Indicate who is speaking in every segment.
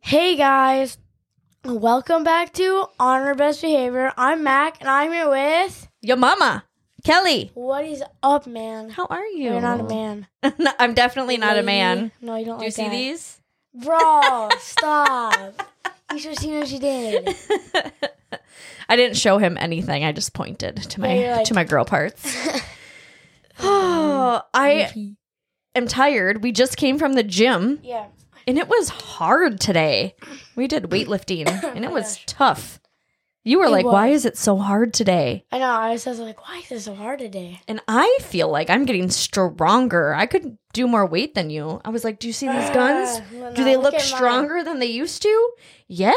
Speaker 1: Hey guys, welcome back to Honor Best Behavior. I'm Mac and I'm here with
Speaker 2: Your mama, Kelly.
Speaker 1: What is up, man?
Speaker 2: How are you?
Speaker 1: You're not a man.
Speaker 2: No, I'm definitely not a
Speaker 1: Lady.
Speaker 2: man.
Speaker 1: No, you don't
Speaker 2: Do you
Speaker 1: like
Speaker 2: see
Speaker 1: that.
Speaker 2: these?
Speaker 1: Bro, stop. You should have seen what she did.
Speaker 2: I didn't show him anything. I just pointed to my
Speaker 1: you're like-
Speaker 2: to my girl parts. oh, I am tired. We just came from the gym
Speaker 1: Yeah.
Speaker 2: and it was hard today. We did weightlifting and it was tough. You were
Speaker 1: Oh It
Speaker 2: like, "Why
Speaker 1: was.
Speaker 2: is it so hard today?"
Speaker 1: I know. I was just like, why is this so hard today?
Speaker 2: And I feel like I'm getting stronger. I could do more weight than you. I was like, "Do you see these guns?
Speaker 1: Ah, no,
Speaker 2: Do they
Speaker 1: look
Speaker 2: look
Speaker 1: at mine.
Speaker 2: stronger than they used to?" Yeah,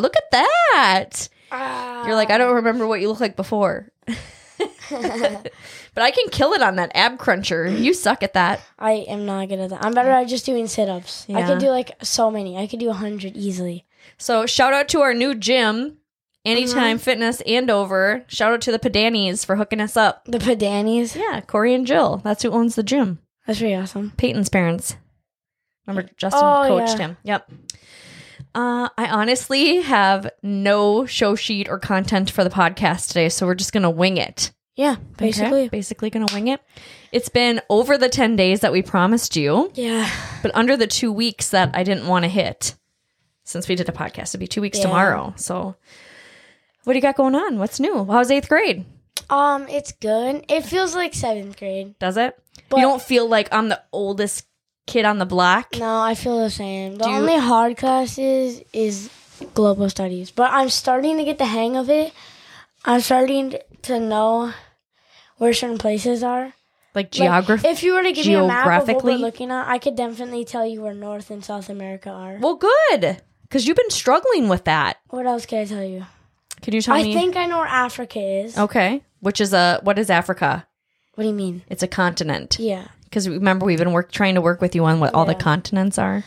Speaker 2: look at that.
Speaker 1: Ah.
Speaker 2: You're like, "I don't remember what you look like before." but I can kill it on that ab cruncher. You suck at that.
Speaker 1: I am not good at that. I'm better at just doing sit ups. I
Speaker 2: Yeah.
Speaker 1: could do like so many. I could do 100 easily.
Speaker 2: So, shout out to our new gym, Anytime
Speaker 1: Mm-hmm.
Speaker 2: Fitness Andover. Shout out to the Padanis for hooking us up.
Speaker 1: The Padanis.
Speaker 2: Yeah, Corey and Jill. That's who owns the gym.
Speaker 1: That's pretty awesome.
Speaker 2: Peyton's parents. Remember, Justin
Speaker 1: Oh, yeah.
Speaker 2: coached him. Yep. Uh, I honestly have no show sheet or content for the podcast today, so we're just gonna wing it.
Speaker 1: Yeah,
Speaker 2: Okay?
Speaker 1: basically.
Speaker 2: basically gonna wing it. It's been over the ten days that we promised you,
Speaker 1: Yeah.
Speaker 2: but under the two weeks that I didn't want to hit. Since we did a podcast, it'd be two weeks
Speaker 1: Yeah.
Speaker 2: tomorrow. So, what do you got going on? What's new? How's eighth grade?
Speaker 1: Um, it's good. It feels like seventh grade.
Speaker 2: Does it?
Speaker 1: But-
Speaker 2: you don't feel like I'm the oldest kid on the block.
Speaker 1: No, I feel the same. The
Speaker 2: Do you-
Speaker 1: only hard classes is global studies, but I'm starting to get the hang of it. I'm starting to know where certain places are.
Speaker 2: Like
Speaker 1: Like,
Speaker 2: geography.
Speaker 1: if you were to give me a map of what we're
Speaker 2: geographically?
Speaker 1: looking at, I could definitely tell you where North and South America are.
Speaker 2: Well, good. Because you've been struggling with that.
Speaker 1: What else can I tell you?
Speaker 2: Can you tell
Speaker 1: I
Speaker 2: me? Oh.
Speaker 1: think I know where Africa is.
Speaker 2: Okay. Which is a, what is Africa?
Speaker 1: What do you mean?
Speaker 2: It's a continent.
Speaker 1: Yeah.
Speaker 2: Because remember, we've been work, trying to work with you on what all the
Speaker 1: Yeah.
Speaker 2: continents are.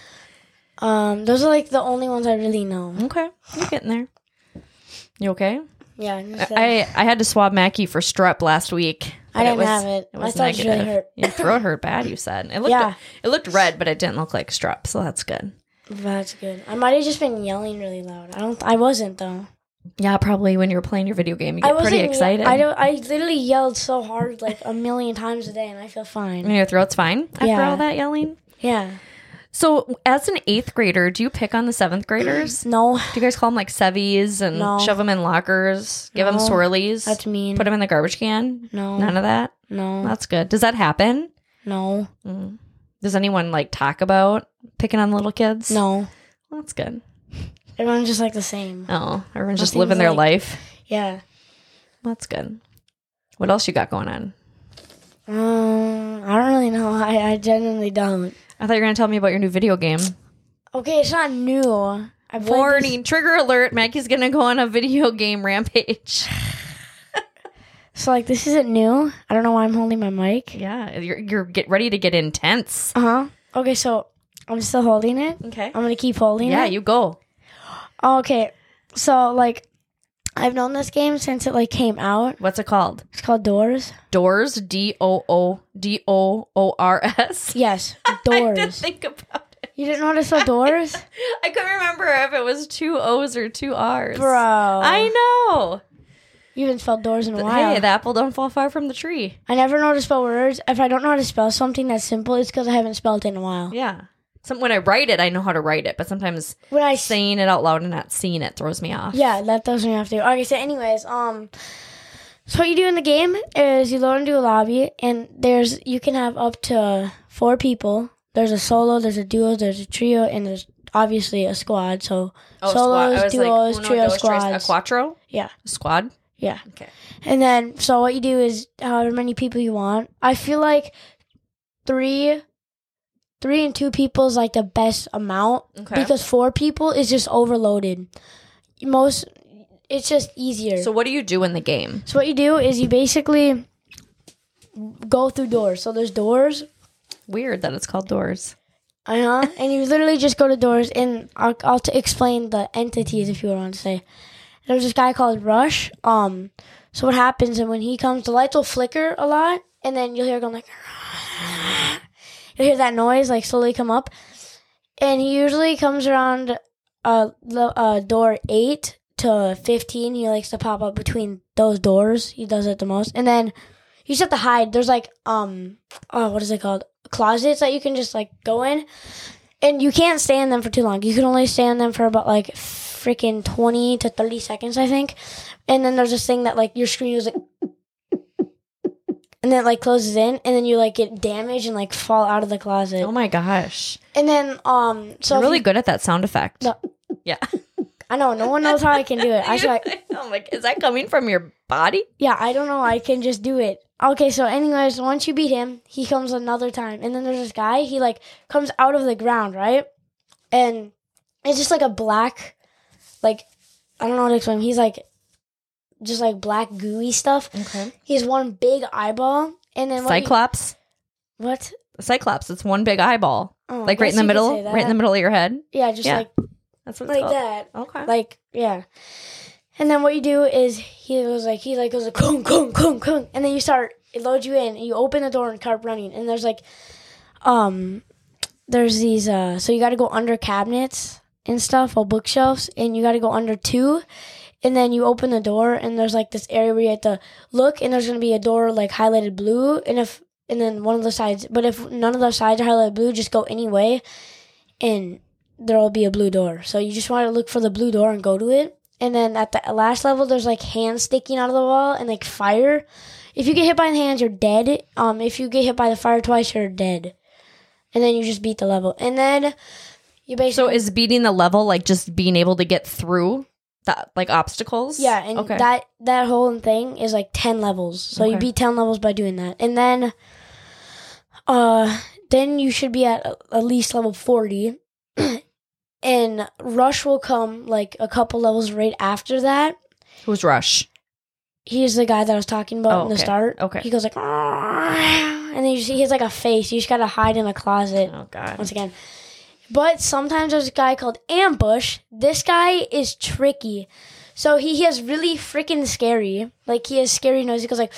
Speaker 1: Um, those are like the only ones I really know.
Speaker 2: Okay. You're getting there. You okay?
Speaker 1: Yeah. just that.
Speaker 2: I, I had to swab Mackie for strep last week.
Speaker 1: I
Speaker 2: but
Speaker 1: didn't have it. My throat's really hurt.
Speaker 2: Your throat hurt bad, you said. It looked,
Speaker 1: Yeah.
Speaker 2: it looked red, but it didn't look like strep, so that's good.
Speaker 1: That's good. I might have just been yelling really loud. I don't. I wasn't though.
Speaker 2: Yeah, probably when you were playing your video game, you
Speaker 1: I
Speaker 2: get
Speaker 1: wasn't.
Speaker 2: pretty
Speaker 1: ye-
Speaker 2: excited.
Speaker 1: I don't. I literally yelled so hard like a million times a day, and I feel fine.
Speaker 2: And your throat's fine after
Speaker 1: Yeah.
Speaker 2: all that yelling?
Speaker 1: Yeah.
Speaker 2: So, as an eighth grader, do you pick on the seventh graders? do
Speaker 1: No,
Speaker 2: you guys call them like sevies and
Speaker 1: No.
Speaker 2: shove them in lockers, give them
Speaker 1: No.
Speaker 2: swirlies,
Speaker 1: that's mean.
Speaker 2: put them in the garbage can?
Speaker 1: no,
Speaker 2: None of that.
Speaker 1: no,
Speaker 2: That's good. Does that happen?
Speaker 1: no,
Speaker 2: Mm. Does anyone like talk about picking on little kids?
Speaker 1: no.
Speaker 2: Well, that's good.
Speaker 1: Everyone's just like the same.
Speaker 2: Oh, everyone's just
Speaker 1: Nothing's
Speaker 2: living their
Speaker 1: like-
Speaker 2: life.
Speaker 1: Yeah.
Speaker 2: Well, that's good. What else you got going on?
Speaker 1: Um, I don't really know. I, I genuinely don't.
Speaker 2: I thought you were going to tell me about your new video game.
Speaker 1: Okay, it's not new. I played
Speaker 2: Warning, trigger alert. Maggie's going to go on a video game rampage.
Speaker 1: This, so like, this isn't new. I don't know why I'm holding my mic.
Speaker 2: yeah, you're, you're get ready to get intense.
Speaker 1: Uh huh. Okay, so I'm still holding it.
Speaker 2: Okay.
Speaker 1: I'm gonna keep holding it.
Speaker 2: Yeah, you go.
Speaker 1: Okay, so like, I've known this game since it like came out.
Speaker 2: What's it called?
Speaker 1: It's called Doors.
Speaker 2: Doors, D O O D O O R S.
Speaker 1: Yes,
Speaker 2: I didn't
Speaker 1: Doors.
Speaker 2: think about it.
Speaker 1: you didn't know how to spell Doors,
Speaker 2: I couldn't remember if it was two O's or two R's.
Speaker 1: bro?
Speaker 2: I know.
Speaker 1: you haven't spelled Doors in a while.
Speaker 2: Hey, the apple don't fall far from the tree.
Speaker 1: I never know how to spell words. If I don't know how to spell something that's simple, it's because I haven't spelled it in a while.
Speaker 2: Yeah. Some, when I write it, I know how to write it, but sometimes
Speaker 1: When I say,
Speaker 2: saying it out loud and not seeing it throws me off.
Speaker 1: yeah, that doesn't have to. Okay, so anyways, um. So what you do in the game is you load into a lobby, and there's you can have up to four people. There's a solo, there's a duo, there's a trio, and there's obviously a squad. So
Speaker 2: Oh,
Speaker 1: solos,
Speaker 2: squad. I was like,
Speaker 1: duos,
Speaker 2: uno,
Speaker 1: trio,
Speaker 2: dos, tres,
Speaker 1: squads.
Speaker 2: A quattro?
Speaker 1: Yeah.
Speaker 2: Squad?
Speaker 1: Yeah.
Speaker 2: Okay.
Speaker 1: And then, so what you do is however many people you want. I feel like three, three and two people is like the best amount
Speaker 2: Okay.
Speaker 1: because four people is just overloaded. Most, it's just easier.
Speaker 2: so
Speaker 1: So,
Speaker 2: what do you do in the game?
Speaker 1: what you do is you basically go through doors. So there's doors,
Speaker 2: Weird that it's called doors.
Speaker 1: uh huh, and you literally just go to doors. And I'll, I'll t- explain the entities if you want to say. There's this guy called Rush. Um, so what happens? And when he comes, the lights will flicker a lot, and then you'll hear it going like. You'll hear that noise like slowly come up, and he usually comes around uh, lo- uh door eight to fifteen. He likes to pop up between those doors. He does it the most, and then you just have to hide. There's like um, oh, what is it called? Closets that you can just like go in, and you can't stay in them for too long. You can only stay in them for about like freaking twenty to thirty seconds, I think. And then there's this thing that like your screen goes like. And then it, like closes in, and then you like get damaged and like fall out of the closet.
Speaker 2: Oh my gosh.
Speaker 1: And then, um, so
Speaker 2: You're
Speaker 1: if
Speaker 2: really
Speaker 1: you-
Speaker 2: good at that sound effect.
Speaker 1: No.
Speaker 2: Yeah.
Speaker 1: I know no one knows how I can do it. I should, like,
Speaker 2: I'm like, oh is that coming from your body?
Speaker 1: yeah, I don't know. I can just do it. Okay, so anyways, once you beat him, he comes another time, and then there's this guy. He like comes out of the ground, right? And it's just like a black, like I don't know how to explain. He's like just like black gooey stuff.
Speaker 2: Okay.
Speaker 1: He has one big eyeball, and then what? he-
Speaker 2: Cyclops.
Speaker 1: what?
Speaker 2: Cyclops. It's one big eyeball,
Speaker 1: Oh,
Speaker 2: like right
Speaker 1: guess
Speaker 2: in the
Speaker 1: you could
Speaker 2: middle,
Speaker 1: say that.
Speaker 2: right in the middle of your head.
Speaker 1: Yeah, just
Speaker 2: Yeah.
Speaker 1: like
Speaker 2: That's what it's
Speaker 1: like
Speaker 2: called.
Speaker 1: that.
Speaker 2: Okay.
Speaker 1: Like, yeah. And then what you do is he goes like he like goes like kung kung kung kung, and then you start it loads you in, and you open the door and start running, and there's like, um, there's these uh, so you got to go under cabinets and stuff or bookshelves, and you got to go under two, and then you open the door, and there's like this area where you have to look, and there's gonna be a door like highlighted blue, and if and then one of the sides, but if none of the sides are highlighted blue, just go anyway, and there will be a blue door. So you just want to look for the blue door and go to it. And then at the last level, there's like hands sticking out of the wall and like fire. If you get hit by the hands, you're dead. Um, if you get hit by the fire twice, you're dead. And then you just beat the level. And then you
Speaker 2: so
Speaker 1: basically
Speaker 2: is beating the level like just being able to get through that like obstacles?
Speaker 1: yeah, and
Speaker 2: okay.
Speaker 1: that that whole thing is like ten levels. So you
Speaker 2: Okay.
Speaker 1: beat ten levels by doing that, and then uh, then you should be at at least level forty, and rush will come like a couple levels right after that.
Speaker 2: Who's Rush?
Speaker 1: he's the guy that I was talking about
Speaker 2: Oh,
Speaker 1: in the
Speaker 2: okay.
Speaker 1: start.
Speaker 2: Okay.
Speaker 1: He goes like, and then you see he has like a face. You just gotta hide in a closet
Speaker 2: Oh God.
Speaker 1: once again. But sometimes there's a guy called Ambush. This guy is tricky. So he, he is really freaking scary. Like he has scary noise. He goes like,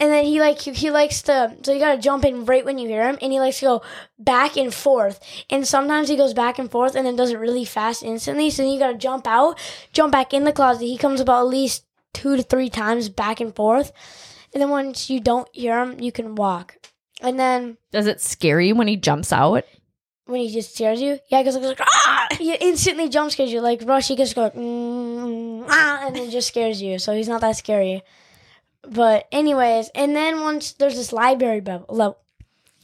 Speaker 1: and then he like he, he likes to. So you gotta jump in right when you hear him, and he likes to go back and forth. And sometimes he goes back and forth, and then does it really fast instantly. So then you gotta jump out, jump back in the closet. He comes about at least two to three times back and forth, and then once you don't hear him, you can walk. And then
Speaker 2: Does it scare you when he jumps out?
Speaker 1: when he just scares you. Yeah, because like, ah! he instantly jump scares you. Like Rush, he just goes mm, ah, and then just scares you. So he's not that scary. But anyways, and then once there's this library bev- level.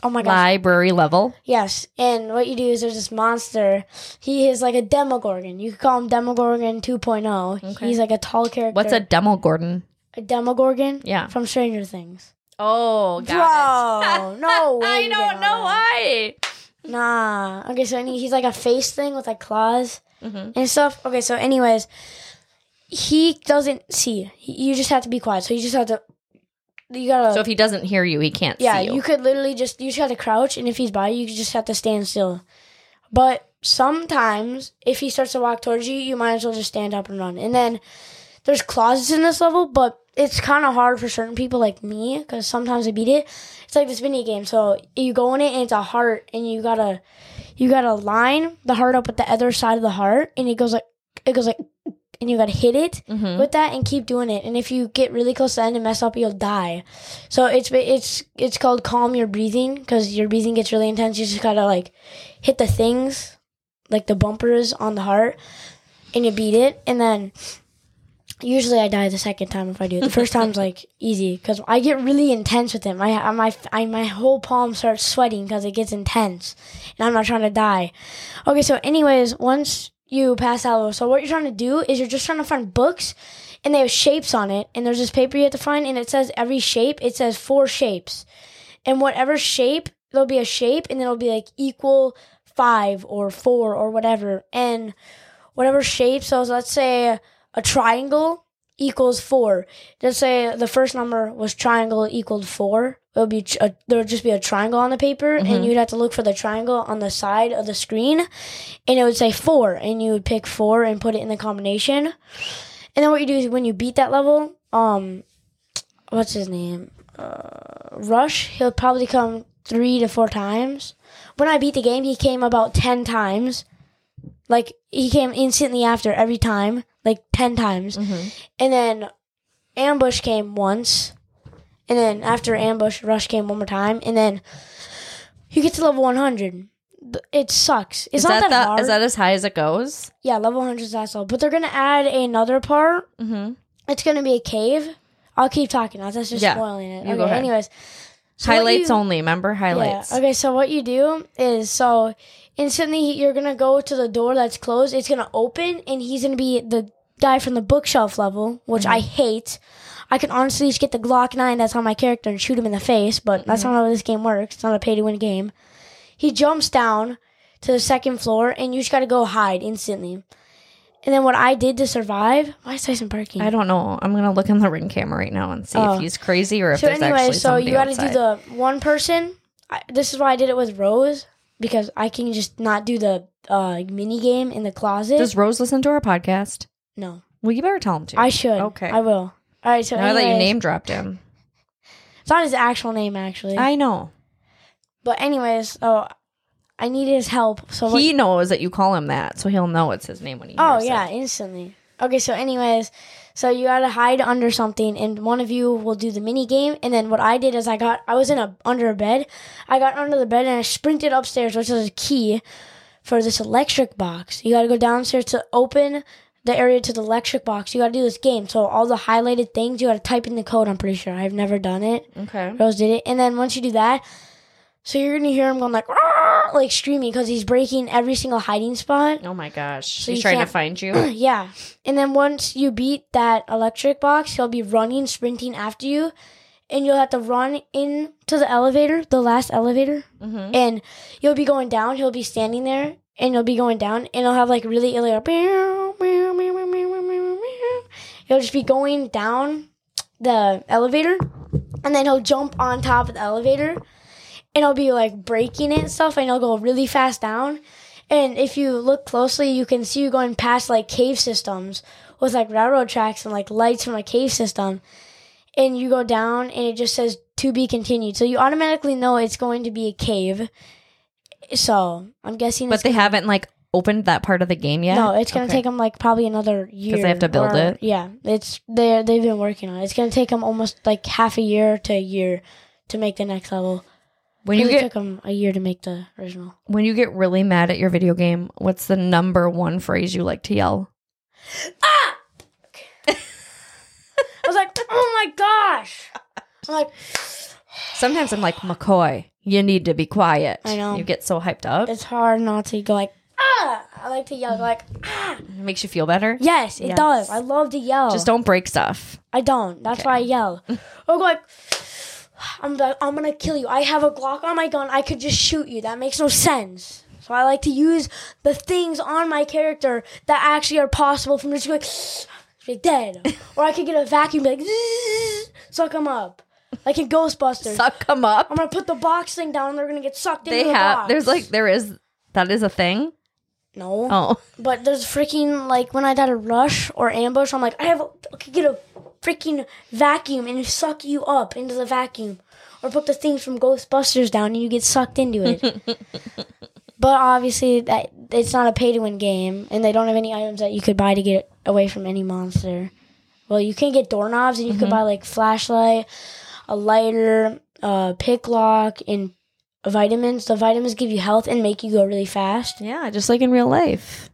Speaker 1: Oh my gosh.
Speaker 2: Library level.
Speaker 1: Yes, and what you do is there's this monster. He is like a Demogorgon. You could call him Demogorgon 2.0.
Speaker 2: Okay.
Speaker 1: He's like a tall character.
Speaker 2: What's a demo Gordon?
Speaker 1: a Demogorgon?
Speaker 2: Yeah.
Speaker 1: From Stranger Things.
Speaker 2: Oh
Speaker 1: Bro, no way.
Speaker 2: I
Speaker 1: you didn't
Speaker 2: don't know
Speaker 1: that.
Speaker 2: why.
Speaker 1: Nah. Okay, so any, he's like a face thing with like claws.
Speaker 2: Mm-hmm.
Speaker 1: and stuff. Okay, so anyways, he doesn't see. He, you just have to be quiet. So you just have to. You gotta.
Speaker 2: So if he doesn't hear you, he can't
Speaker 1: yeah,
Speaker 2: see you.
Speaker 1: you could literally just you just have to crouch, and if he's by you, you just have to stand still. But sometimes, if he starts to walk towards you, you might as well just stand up and run. And then there's closets in this level, but it's kind of hard for certain people like me because sometimes I beat it. It's like this mini game. So you go in it, and it's a heart, and you gotta you gotta line the heart up with the other side of the heart, and it goes like it goes like, and you gotta hit it
Speaker 2: Mhm.
Speaker 1: with that and keep doing it. And if you get really close to the end and mess up, you'll die. So it's it's it's called calm your breathing because your breathing gets really intense. You just gotta like hit the things, like the bumpers on the heart, and you beat it. And then usually I die the second time if I do it. The first time's like easy because I get really intense with it. My I- my I, my whole palm starts sweating because it gets intense, and I'm not trying to die. Okay, so anyways, once you pass that level, so what you're trying to do is you're just trying to find books, and they have shapes on it, and there's this paper you have to find, and it says every shape. It says four shapes, and whatever shape there'll be a shape, and then it'll be like equal five or four or whatever, and whatever shape. So let's say a triangle equals four. Let's say the first number was triangle equaled four. It would be tr- a, there would just be a triangle on the paper, and you'd have to look for the triangle on the side of the screen, and it would say four, and you would pick four and put it in the combination. And then what you do is when you beat that level, um, what's his name? Uh, Rush. He'll probably come three to four times. When I beat the game, he came about ten times Like he came instantly after every time, like ten times,
Speaker 2: Mm-hmm.
Speaker 1: and then ambush came once, and then after ambush, rush came one more time, and then you get to level one hundred. It sucks. It's
Speaker 2: Is
Speaker 1: not
Speaker 2: that,
Speaker 1: that,
Speaker 2: the-
Speaker 1: hard.
Speaker 2: is that as high as it goes?
Speaker 1: yeah, level one hundred is that solid. But they're gonna add another part
Speaker 2: Mm-hmm.
Speaker 1: it's gonna be a cave. I'll keep talking. That's just
Speaker 2: Yeah.
Speaker 1: spoiling it.
Speaker 2: You
Speaker 1: okay.
Speaker 2: go ahead.
Speaker 1: Anyways, so what
Speaker 2: highlights
Speaker 1: you-
Speaker 2: only. Remember highlights.
Speaker 1: Yeah. Okay. So what you do is so instantly you're gonna go to the door that's closed. It's gonna open, and he's gonna be the guy from the bookshelf level, which I
Speaker 2: Mm-hmm.
Speaker 1: hate. I can honestly just get the Glock nine that's on my character and shoot him in the face, but that's
Speaker 2: Mm-hmm.
Speaker 1: not how this game works. It's not a pay to win game. He jumps down to the second floor, and you just gotta go hide instantly. And then what I did to survive? Why is Tyson barking?
Speaker 2: I don't know. I'm gonna look in the ring camera right now and see
Speaker 1: Oh.
Speaker 2: if he's crazy or if
Speaker 1: So
Speaker 2: there's
Speaker 1: anyway,
Speaker 2: actually
Speaker 1: so
Speaker 2: somebody
Speaker 1: you got to do
Speaker 2: outside.
Speaker 1: the one person. I, this is why I did it with Rose because I can just not do the uh, mini game in the closet.
Speaker 2: Does Rose listen to our podcast?
Speaker 1: no,
Speaker 2: Well, you better tell him to.
Speaker 1: I should.
Speaker 2: Okay.
Speaker 1: Okay, I will. All right. So
Speaker 2: now that you
Speaker 1: anyways,
Speaker 2: name dropped him,
Speaker 1: it's not his actual name actually.
Speaker 2: I know
Speaker 1: but anyways, oh, I needed his help. So what-
Speaker 2: he knows that you call him that, so he'll know it's his name when he.
Speaker 1: Oh
Speaker 2: hears
Speaker 1: yeah,
Speaker 2: it.
Speaker 1: instantly. Okay, so anyways, so you gotta hide under something, and one of you will do the mini game. And then what I did is I got I was in a under a bed, I got under the bed and I sprinted upstairs, which is a key for this electric box. You gotta go downstairs to open the area to the electric box. You gotta do this game. So all the highlighted things, you gotta type in the code. I'm pretty sure I've never done it.
Speaker 2: Okay.
Speaker 1: Rose did it. And then once you do that, so you're gonna hear him going like "Arr!" like screaming because he's breaking every single hiding spot.
Speaker 2: Oh my gosh,
Speaker 1: you
Speaker 2: he's trying to
Speaker 1: can't-
Speaker 2: find you.
Speaker 1: Yeah. And then once you beat that electric box, he'll be running, sprinting after you. And you'll have to run into the elevator, the last elevator.
Speaker 2: Mhm.
Speaker 1: And you'll be going down. He'll be standing there. And you'll be going down. And he'll have like really ill. like, meow, meow, meow, meow, meow, meow, meow. He'll just be going down the elevator. And then he'll jump on top of the elevator. And he'll be like breaking it and stuff. And he'll go really fast down. And if you look closely, you can see you going past like cave systems with like railroad tracks and like lights from a cave system. And you go down and it just says to be continued. So you automatically know it's going to be a cave. So I'm guessing
Speaker 2: But
Speaker 1: it's
Speaker 2: they haven't like opened that part of the game yet.
Speaker 1: no, it's gonna
Speaker 2: Okay.
Speaker 1: take them like probably another year.
Speaker 2: have to build it?
Speaker 1: Yeah, it's they they've been working on it. It's gonna take them almost like half a year to a year to make the next level.
Speaker 2: When you
Speaker 1: it
Speaker 2: get
Speaker 1: took them a year to make the original.
Speaker 2: when you get really mad at your video game, what's the number one phrase you like to yell?
Speaker 1: I was like, oh my gosh! I'm like,
Speaker 2: Sometimes I'm like McCoy. You need to be quiet.
Speaker 1: I know.
Speaker 2: You get so hyped up.
Speaker 1: it's hard not to go like ah. I like to yell like ah.
Speaker 2: It makes you feel better.
Speaker 1: Yes, it
Speaker 2: Yes.
Speaker 1: does. I love to yell.
Speaker 2: Just don't break stuff.
Speaker 1: I don't. That's why I yell. Or go like I'm like, I'm gonna kill you. I have a Glock on my gun. I could just shoot you. That makes no sense. So I like to use the things on my character that actually are possible from just like be dead. Or I could get a vacuum and be like suck them up. Like in Ghostbusters.
Speaker 2: Suck them up.
Speaker 1: I'm gonna put the box thing down and they're gonna get sucked
Speaker 2: They
Speaker 1: into the
Speaker 2: have.
Speaker 1: box.
Speaker 2: There's like there is that is a thing.
Speaker 1: no.
Speaker 2: Oh,
Speaker 1: But there's freaking like when I got a rush or ambush, I'm like, I have a, I could get a freaking vacuum and suck you up into the vacuum, or put the things from Ghostbusters down and you get sucked into it. but obviously, that it's not a pay to win game, and they don't have any items that you could buy to get away from any monster. Well, you can get doorknobs, and you could buy like flashlight, a lighter, a pick lock, and vitamins. The vitamins give you health and make you go really fast.
Speaker 2: yeah, just like in real life.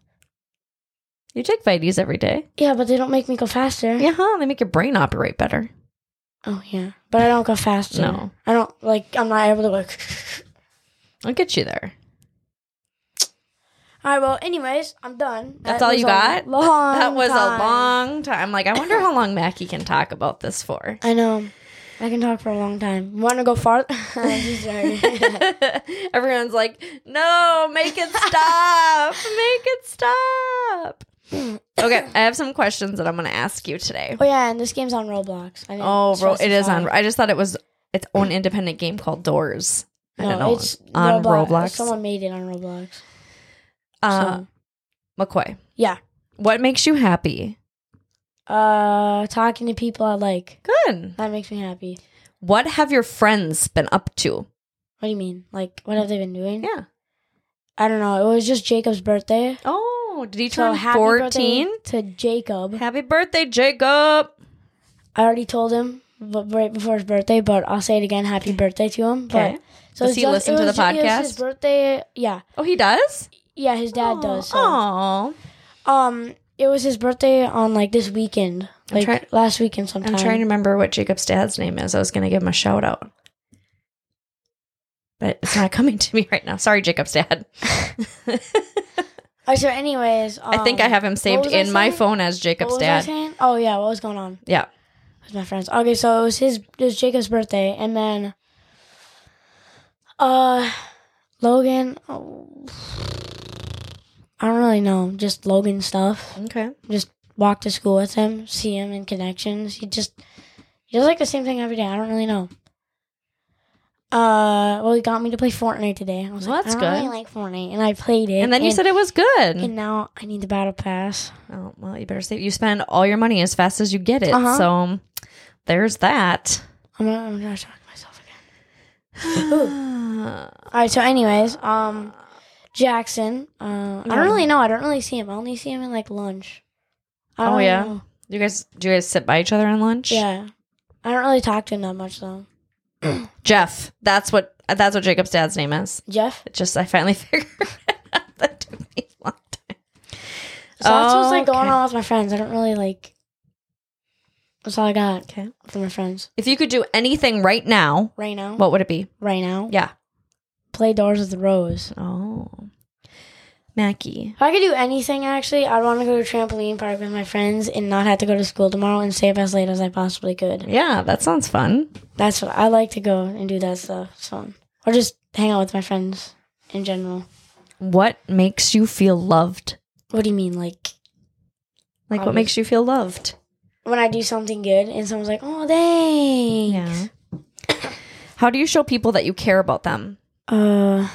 Speaker 2: You take Vites every day.
Speaker 1: Yeah, but they don't make me go faster.
Speaker 2: Yeah, huh? They make your brain operate better.
Speaker 1: Oh yeah, but I don't go faster.
Speaker 2: No.
Speaker 1: I don't like. I'm not able to like.
Speaker 2: I'll get you there.
Speaker 1: All right. Well, anyways, I'm done.
Speaker 2: That's all
Speaker 1: was
Speaker 2: you
Speaker 1: a
Speaker 2: got?
Speaker 1: Long.
Speaker 2: That was a
Speaker 1: time.
Speaker 2: long time. Like, I wonder how long Mackie can talk about this for.
Speaker 1: I know. I can talk for a long time. Want to go farther?
Speaker 2: Everyone's like, no, make it stop. make it stop. Okay, I have some questions that I'm going to ask you today.
Speaker 1: oh yeah, and this game's on Roblox. I didn't
Speaker 2: Oh, bro,
Speaker 1: specify.
Speaker 2: it is on. I just thought it was its own independent game called Doors. I
Speaker 1: No,
Speaker 2: don't know.
Speaker 1: it's
Speaker 2: on Roblox.
Speaker 1: Someone made it on Roblox.
Speaker 2: uh,
Speaker 1: so-
Speaker 2: McCoy.
Speaker 1: Yeah.
Speaker 2: What makes you happy?
Speaker 1: Uh, talking to people I like
Speaker 2: Good.
Speaker 1: that makes me happy.
Speaker 2: What have your friends been up to?
Speaker 1: What do you mean? Like, what have they been doing?
Speaker 2: Yeah.
Speaker 1: I don't know. It was just Jacob's birthday.
Speaker 2: Oh. Wow. Did he
Speaker 1: So
Speaker 2: turn
Speaker 1: happy
Speaker 2: 14?
Speaker 1: birthday to Jacob.
Speaker 2: Happy birthday, Jacob.
Speaker 1: I already told him but right before his birthday, but I'll say it again. Happy birthday to him.
Speaker 2: Okay.
Speaker 1: But, so
Speaker 2: Does
Speaker 1: it's
Speaker 2: he
Speaker 1: just-
Speaker 2: listen
Speaker 1: it
Speaker 2: to
Speaker 1: was
Speaker 2: the
Speaker 1: ju- it was his
Speaker 2: podcast?
Speaker 1: birthday. Yeah,
Speaker 2: Oh, he does?
Speaker 1: yeah, his dad does. So.
Speaker 2: Oh.
Speaker 1: Um, it was his birthday on like this weekend,
Speaker 2: I'm
Speaker 1: like
Speaker 2: try-
Speaker 1: last weekend
Speaker 2: I'm
Speaker 1: sometime.
Speaker 2: trying to remember what Jacob's dad's name is. I was going to give him a shout out. But it's not coming to me right now. Sorry, Jacob's dad.
Speaker 1: Alright, so, anyways,
Speaker 2: I think I
Speaker 1: um,
Speaker 2: have him saved
Speaker 1: was I
Speaker 2: in my
Speaker 1: saying?
Speaker 2: phone as
Speaker 1: What
Speaker 2: Jacob's
Speaker 1: was I
Speaker 2: dad.
Speaker 1: saying? Oh yeah, what was going on
Speaker 2: Yeah.
Speaker 1: with my friends? Okay, so it was his, it was Jacob's birthday, and then, uh, Logan. oh, I don't really know, just Logan stuff.
Speaker 2: Okay.
Speaker 1: Just walk to school with him, see him in connections. He just, he does like the same thing every day. I don't really know. Uh, well, he got me to play Fortnite today. I was
Speaker 2: Well,
Speaker 1: like,
Speaker 2: that's
Speaker 1: I don't really
Speaker 2: good.
Speaker 1: like Fortnite, and I played it.
Speaker 2: And then you said it was good.
Speaker 1: and now I need the battle pass.
Speaker 2: Oh, well, you better save. You spend all your money as fast as you get it.
Speaker 1: Uh-huh.
Speaker 2: So um, there's that.
Speaker 1: I'm gonna, I'm gonna talk to myself again. All right. So, anyways, um, Jackson. Uh, I
Speaker 2: Yeah.
Speaker 1: don't really know. I don't really see him. I only see him in like lunch. I
Speaker 2: Oh,
Speaker 1: don't
Speaker 2: yeah?
Speaker 1: know.
Speaker 2: you guys, do you guys sit by each other on lunch?
Speaker 1: Yeah. I don't really talk to him that much though.
Speaker 2: Jeff. That's what. That's what Jacob's dad's name is.
Speaker 1: Jeff.
Speaker 2: It just I finally figured it out. that took me a long time.
Speaker 1: So that's what's like going
Speaker 2: Oh, Okay.
Speaker 1: on with my friends. I don't really like. That's all I got
Speaker 2: Okay.
Speaker 1: for my friends
Speaker 2: If you could do anything right now,
Speaker 1: right now.
Speaker 2: what would it be?
Speaker 1: right now.
Speaker 2: Yeah.
Speaker 1: Play Doors with the Rose.
Speaker 2: Oh, Mackie.
Speaker 1: If I could do anything, actually, I'd want to go to a trampoline park with my friends and not have to go to school tomorrow and save as late as I possibly could.
Speaker 2: Yeah, that sounds fun.
Speaker 1: That's what I like to go and do that stuff. It's fun. Or just hang out with my friends in general.
Speaker 2: What makes you feel loved?
Speaker 1: What do you mean? Like
Speaker 2: Like, what
Speaker 1: Obvious-
Speaker 2: makes you feel loved?
Speaker 1: when I do something good and someone's like, oh, thanks.
Speaker 2: Yeah. How do you show people that you care about them?
Speaker 1: Uh,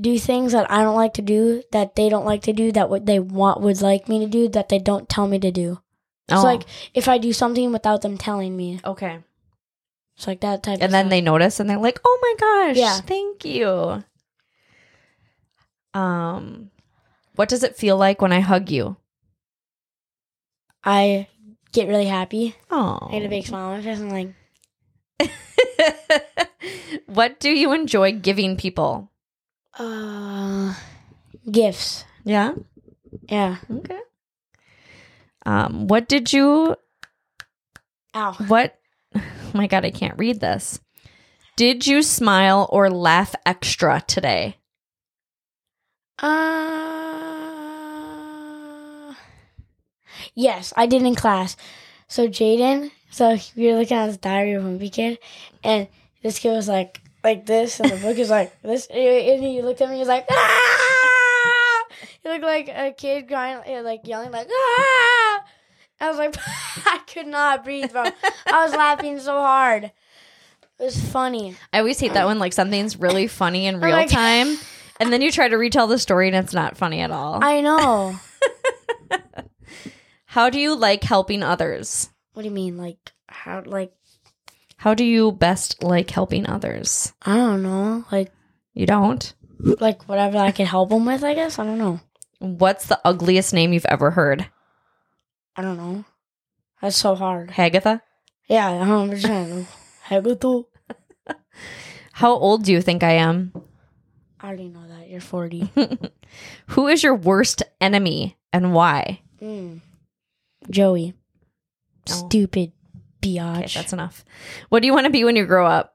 Speaker 1: do things that I don't like to do, that they don't like to do, that what they want would like me to do, that they don't tell me to do.
Speaker 2: Oh.
Speaker 1: It's like if I do something without them telling me.
Speaker 2: okay,
Speaker 1: It's like that type of
Speaker 2: and then
Speaker 1: stuff.
Speaker 2: they notice and they're like, "Oh my gosh,
Speaker 1: Yeah.
Speaker 2: thank you." Um, what does it feel like when I hug you?
Speaker 1: I get really happy.
Speaker 2: Oh,
Speaker 1: I get a big smile on my face. I'm like,
Speaker 2: what do you enjoy giving people?
Speaker 1: uh, gifts.
Speaker 2: Yeah.
Speaker 1: Yeah.
Speaker 2: Okay. Um, what did you
Speaker 1: Ow.
Speaker 2: what oh my god, I can't read this. Did you smile or laugh extra today?
Speaker 1: Uh, yes, I did in class. So Jaden, so we were looking at this diary of a wimpy kid, and this kid was like, like this, and the book is like this, and he looked at me, he was like, ah! He looked like a kid crying, eh, like yelling, like ah! I was like, I could not breathe, bro. I was laughing so hard. It was funny.
Speaker 2: I always hate that when like something's really funny in
Speaker 1: Oh my
Speaker 2: real
Speaker 1: God.
Speaker 2: time and then you try to retell the story and it's not funny at all.
Speaker 1: I know.
Speaker 2: How do you like helping others?
Speaker 1: what do you mean, like how, like
Speaker 2: How do you best like helping others?
Speaker 1: I don't know, like.
Speaker 2: You don't?
Speaker 1: like whatever I could help him with, I guess. I don't know.
Speaker 2: What's the ugliest name you've ever heard?
Speaker 1: I don't know. That's so hard.
Speaker 2: Hagatha?
Speaker 1: Yeah, a hundred percent. Hagutu.
Speaker 2: How old do you think I am?
Speaker 1: I already know that. You're forty.
Speaker 2: Who is your worst enemy and why?
Speaker 1: Mm. Joey.
Speaker 2: Oh.
Speaker 1: Stupid
Speaker 2: Okay,
Speaker 1: biatch.
Speaker 2: that's enough. What do you want to be when you grow up?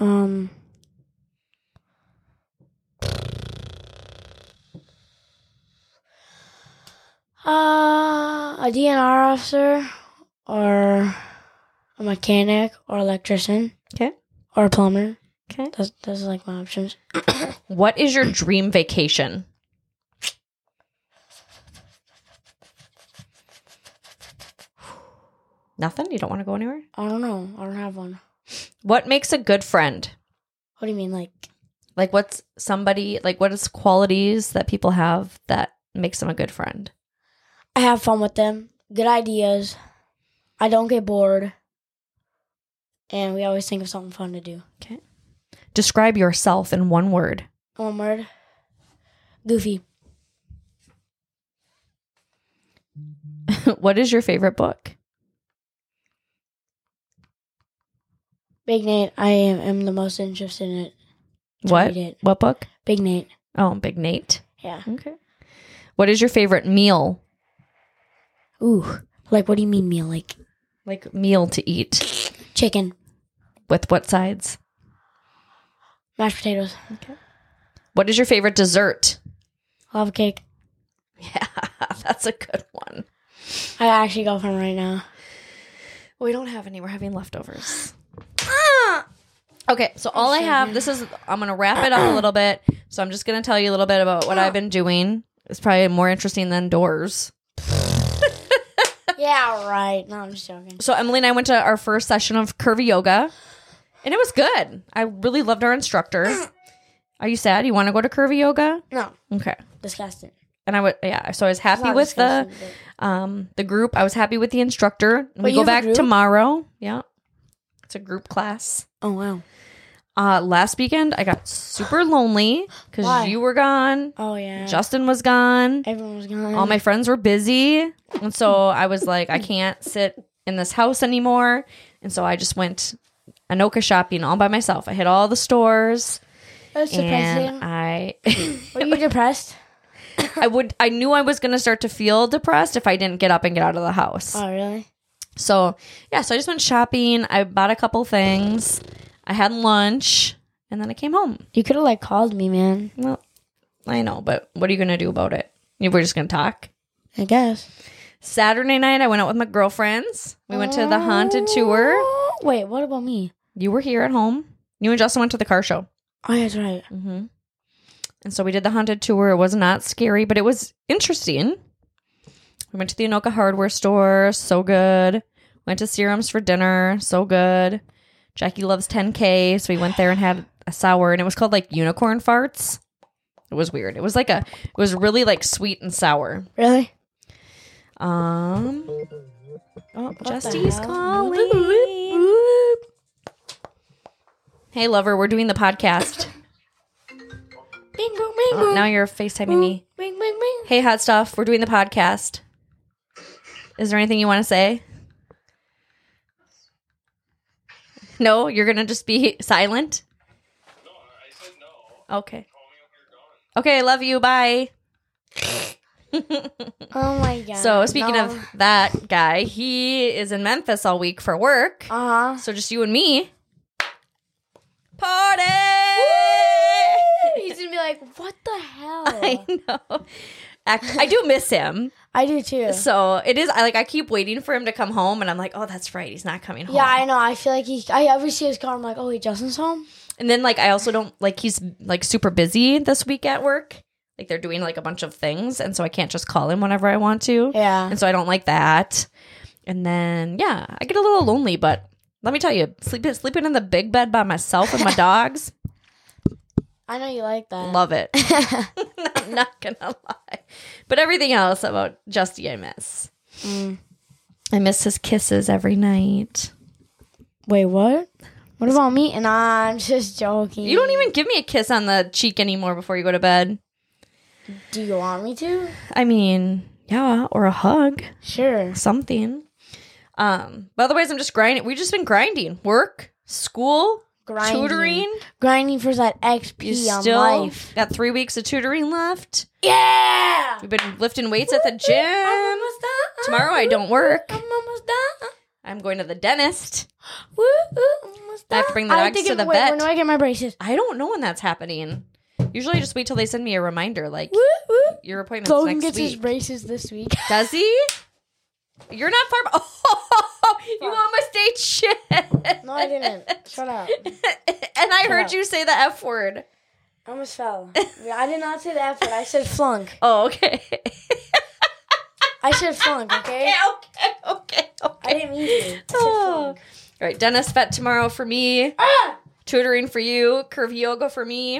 Speaker 1: um Uh, a DNR officer or a mechanic or electrician.
Speaker 2: Okay.
Speaker 1: Or a plumber.
Speaker 2: Okay.
Speaker 1: Those, those are like my options.
Speaker 2: What is your dream vacation? Nothing? You don't want to go anywhere?
Speaker 1: I don't know. I don't have one.
Speaker 2: What makes a good friend?
Speaker 1: What do you mean, like?
Speaker 2: Like what's somebody like what is qualities that people have that makes them a good friend?
Speaker 1: I have fun with them. Good ideas. I don't get bored. And we always think of something fun to do.
Speaker 2: Describe yourself in one word.
Speaker 1: One word. Goofy.
Speaker 2: what is your favorite book?
Speaker 1: Big Nate, I am, am the most interested in it. to
Speaker 2: What?
Speaker 1: read it.
Speaker 2: What book?
Speaker 1: Big Nate.
Speaker 2: Oh, Big Nate.
Speaker 1: Yeah.
Speaker 2: Okay. What is your favorite meal?
Speaker 1: Ooh. Like, what do you mean meal? Like
Speaker 2: Like meal to eat
Speaker 1: chicken,
Speaker 2: with what sides?
Speaker 1: mashed potatoes,
Speaker 2: What is your favorite dessert?
Speaker 1: lava cake.
Speaker 2: Yeah, that's a good one.
Speaker 1: I actually go for 'em right now.
Speaker 2: We don't have any. We're having leftovers. Okay, so all I have, this is, I'm going to wrap it up a little bit. So I'm just going to tell you a little bit about what I've been doing. It's probably more interesting than doors.
Speaker 1: yeah, right. No, I'm just joking.
Speaker 2: So Emily and I went to our first session of curvy yoga, and it was good. I really loved our instructor. Are you sad? You want to go to curvy yoga?
Speaker 1: No,
Speaker 2: Okay.
Speaker 1: disgusting.
Speaker 2: And I would, yeah. So I was happy
Speaker 1: Not
Speaker 2: with the
Speaker 1: disgusting, but-
Speaker 2: um the group. I was happy with the instructor. we
Speaker 1: you
Speaker 2: go
Speaker 1: have a
Speaker 2: back
Speaker 1: group?
Speaker 2: tomorrow. Yeah, it's a group class.
Speaker 1: Oh wow.
Speaker 2: Uh, last weekend I got super lonely
Speaker 1: Why?
Speaker 2: because you were gone,
Speaker 1: Oh yeah.
Speaker 2: Justin was gone,
Speaker 1: Everyone was gone.
Speaker 2: all my friends were busy, and so I was like, I can't sit in this house anymore, and so I just went Anoka shopping all by myself. I hit all the stores,
Speaker 1: That's
Speaker 2: and
Speaker 1: depressing.
Speaker 2: I
Speaker 1: Were you depressed?
Speaker 2: I would I knew I was gonna start to feel depressed if I didn't get up and get out of the house.
Speaker 1: Oh really?
Speaker 2: So yeah, so I just went shopping. I bought a couple things. I had lunch, and then I came home.
Speaker 1: You could have like called me, man.
Speaker 2: Well, I know, but what are you gonna do about it? You- We're just gonna talk.
Speaker 1: I guess.
Speaker 2: Saturday night, I went out with my girlfriends. We went to the haunted tour.
Speaker 1: Oh, Wait, what about me?
Speaker 2: You were here at home. You and Justin went to the car show.
Speaker 1: Oh, that's right.
Speaker 2: Mm-hmm. And so we did the haunted tour. It was not scary, but it was interesting. We went to the Anoka hardware store. So good. Went to Serums for dinner. So good. Jackie loves 10K. So we went there and had a sour, and it was called like unicorn farts. It was weird. It was like a, it was really like sweet and sour.
Speaker 1: Really?
Speaker 2: Um, oh, Justy's
Speaker 1: hell?
Speaker 2: calling. Hey, lover, we're doing the podcast.
Speaker 1: Bing, bing, bing,
Speaker 2: Oh,
Speaker 1: bing.
Speaker 2: now you're FaceTiming me.
Speaker 1: Bing, bing, bing.
Speaker 2: Hey, hot stuff. We're doing the podcast. Is there anything you want to say? No, you're gonna just be silent. Okay. Okay, I love you. Bye.
Speaker 1: Oh my god.
Speaker 2: So speaking of that guy, he is in Memphis all week for work.
Speaker 1: Uh huh.
Speaker 2: So just you and me. Party.
Speaker 1: He's gonna be like, what the hell?
Speaker 2: I know. Act- I do miss him.
Speaker 1: I do too.
Speaker 2: So it is. I like. I keep waiting for him to come home, and I'm like, oh, that's right, he's not coming home.
Speaker 1: Yeah, I know. I feel like he. I always see his car. I'm like, oh, wait, Justin's home.
Speaker 2: and then like I also don't like he's like super busy this week at work. Like they're doing like a bunch of things, and so I can't just call him whenever I want to.
Speaker 1: Yeah.
Speaker 2: And so I don't like that. And then yeah, I get a little lonely, but. Let me tell you, sleeping sleeping in the big bed by myself and my dogs,
Speaker 1: I know you like that.
Speaker 2: love it. I'm not gonna lie. But everything else about Justy I miss.
Speaker 1: Mm.
Speaker 2: I miss his kisses every night.
Speaker 1: Wait, what? What about me? And I'm just joking.
Speaker 2: You don't even give me a kiss on the cheek anymore before you go to bed.
Speaker 1: Do you want me to?
Speaker 2: I mean, yeah, or a hug,
Speaker 1: Sure.
Speaker 2: something. Um, but otherwise I'm just grinding. We've just been grinding. Work, school,
Speaker 1: Grinding.
Speaker 2: tutoring.
Speaker 1: Grinding for that XP
Speaker 2: You
Speaker 1: on
Speaker 2: still
Speaker 1: life.
Speaker 2: got three weeks of tutoring left.
Speaker 1: Yeah.
Speaker 2: We've been lifting weights at the gym. Tomorrow I don't work.
Speaker 1: I'm almost done.
Speaker 2: I'm going to the dentist.
Speaker 1: Woo, ooh, I'm almost
Speaker 2: I have to
Speaker 1: done.
Speaker 2: bring the
Speaker 1: I'm
Speaker 2: dogs to
Speaker 1: thinking,
Speaker 2: the
Speaker 1: wait,
Speaker 2: vet.
Speaker 1: When do I get my braces?
Speaker 2: I don't know when that's happening. Usually I just wait till they send me a reminder like
Speaker 1: Woo, woo.
Speaker 2: your appointment's
Speaker 1: Logan
Speaker 2: next
Speaker 1: gets
Speaker 2: week.
Speaker 1: his braces this week.
Speaker 2: Does he? You're not far. b- Oh, you almost state shit.
Speaker 1: No, I didn't. Shut up.
Speaker 2: and I heard
Speaker 1: up.
Speaker 2: you say the F word.
Speaker 1: I almost fell. I did not say that, but I said flunk.
Speaker 2: Oh, okay.
Speaker 1: I said flunk, okay?
Speaker 2: okay, okay, okay,
Speaker 1: I
Speaker 2: okay.
Speaker 1: didn't mean to. I said
Speaker 2: Oh.
Speaker 1: flunk.
Speaker 2: All right, dentist vet tomorrow for me.
Speaker 1: Ah!
Speaker 2: Tutoring for you. Curve yoga for me.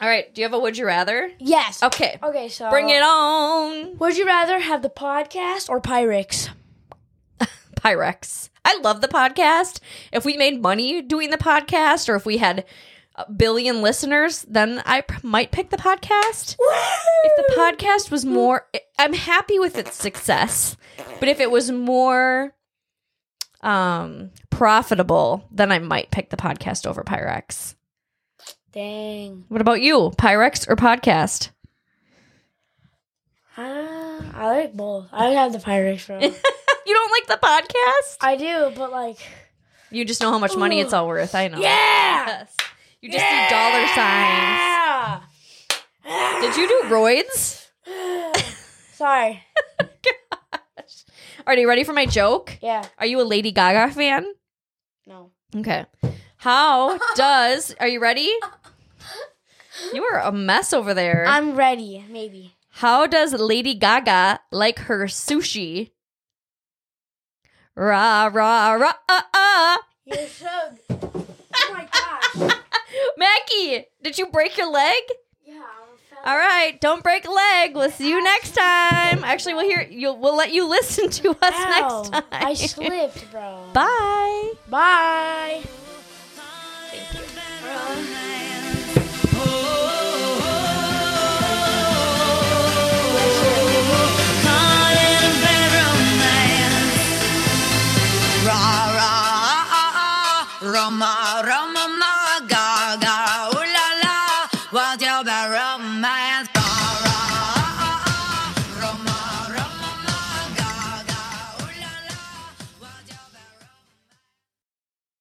Speaker 2: All right, do you have a would you rather?
Speaker 1: Yes.
Speaker 2: Okay,
Speaker 1: Okay, so.
Speaker 2: bring it on.
Speaker 1: Would you rather have the podcast or Pyrex?
Speaker 2: Pyrex. I love the podcast. If we made money doing the podcast or if we had a billion listeners, then I p- might pick the podcast. If the podcast was more, I'm happy with its success, but if it was more um profitable, then I might pick the podcast over Pyrex.
Speaker 1: Dang.
Speaker 2: What about you, Pyrex or podcast?
Speaker 1: Uh, I like both. I would have the Pyrex bro.
Speaker 2: you don't like the podcast?
Speaker 1: I do, but like,
Speaker 2: You just know how much money it's all worth. I know.
Speaker 1: yeah,
Speaker 2: Yes. You just see dollar signs. Did you do roids?
Speaker 1: you? Sorry.
Speaker 2: Are you ready for my joke?
Speaker 1: Yeah.
Speaker 2: Are you a Lady Gaga fan?
Speaker 1: No.
Speaker 2: Okay. How does are you ready? You are a mess over there.
Speaker 1: I'm ready. Maybe.
Speaker 2: How does Lady Gaga like her sushi? Rah rah rah uh, uh.
Speaker 1: You're so. Oh my gosh.
Speaker 2: Mackie, did you break your leg?
Speaker 1: Yeah. I'm
Speaker 2: All right, don't break a leg. We'll see you next time. Actually, we'll hear you. We'll let you listen to us next time.
Speaker 1: I slipped, bro.
Speaker 2: Bye.
Speaker 1: Bye.
Speaker 3: Roma, Roma, Gaga, ooh la la, what's your romance?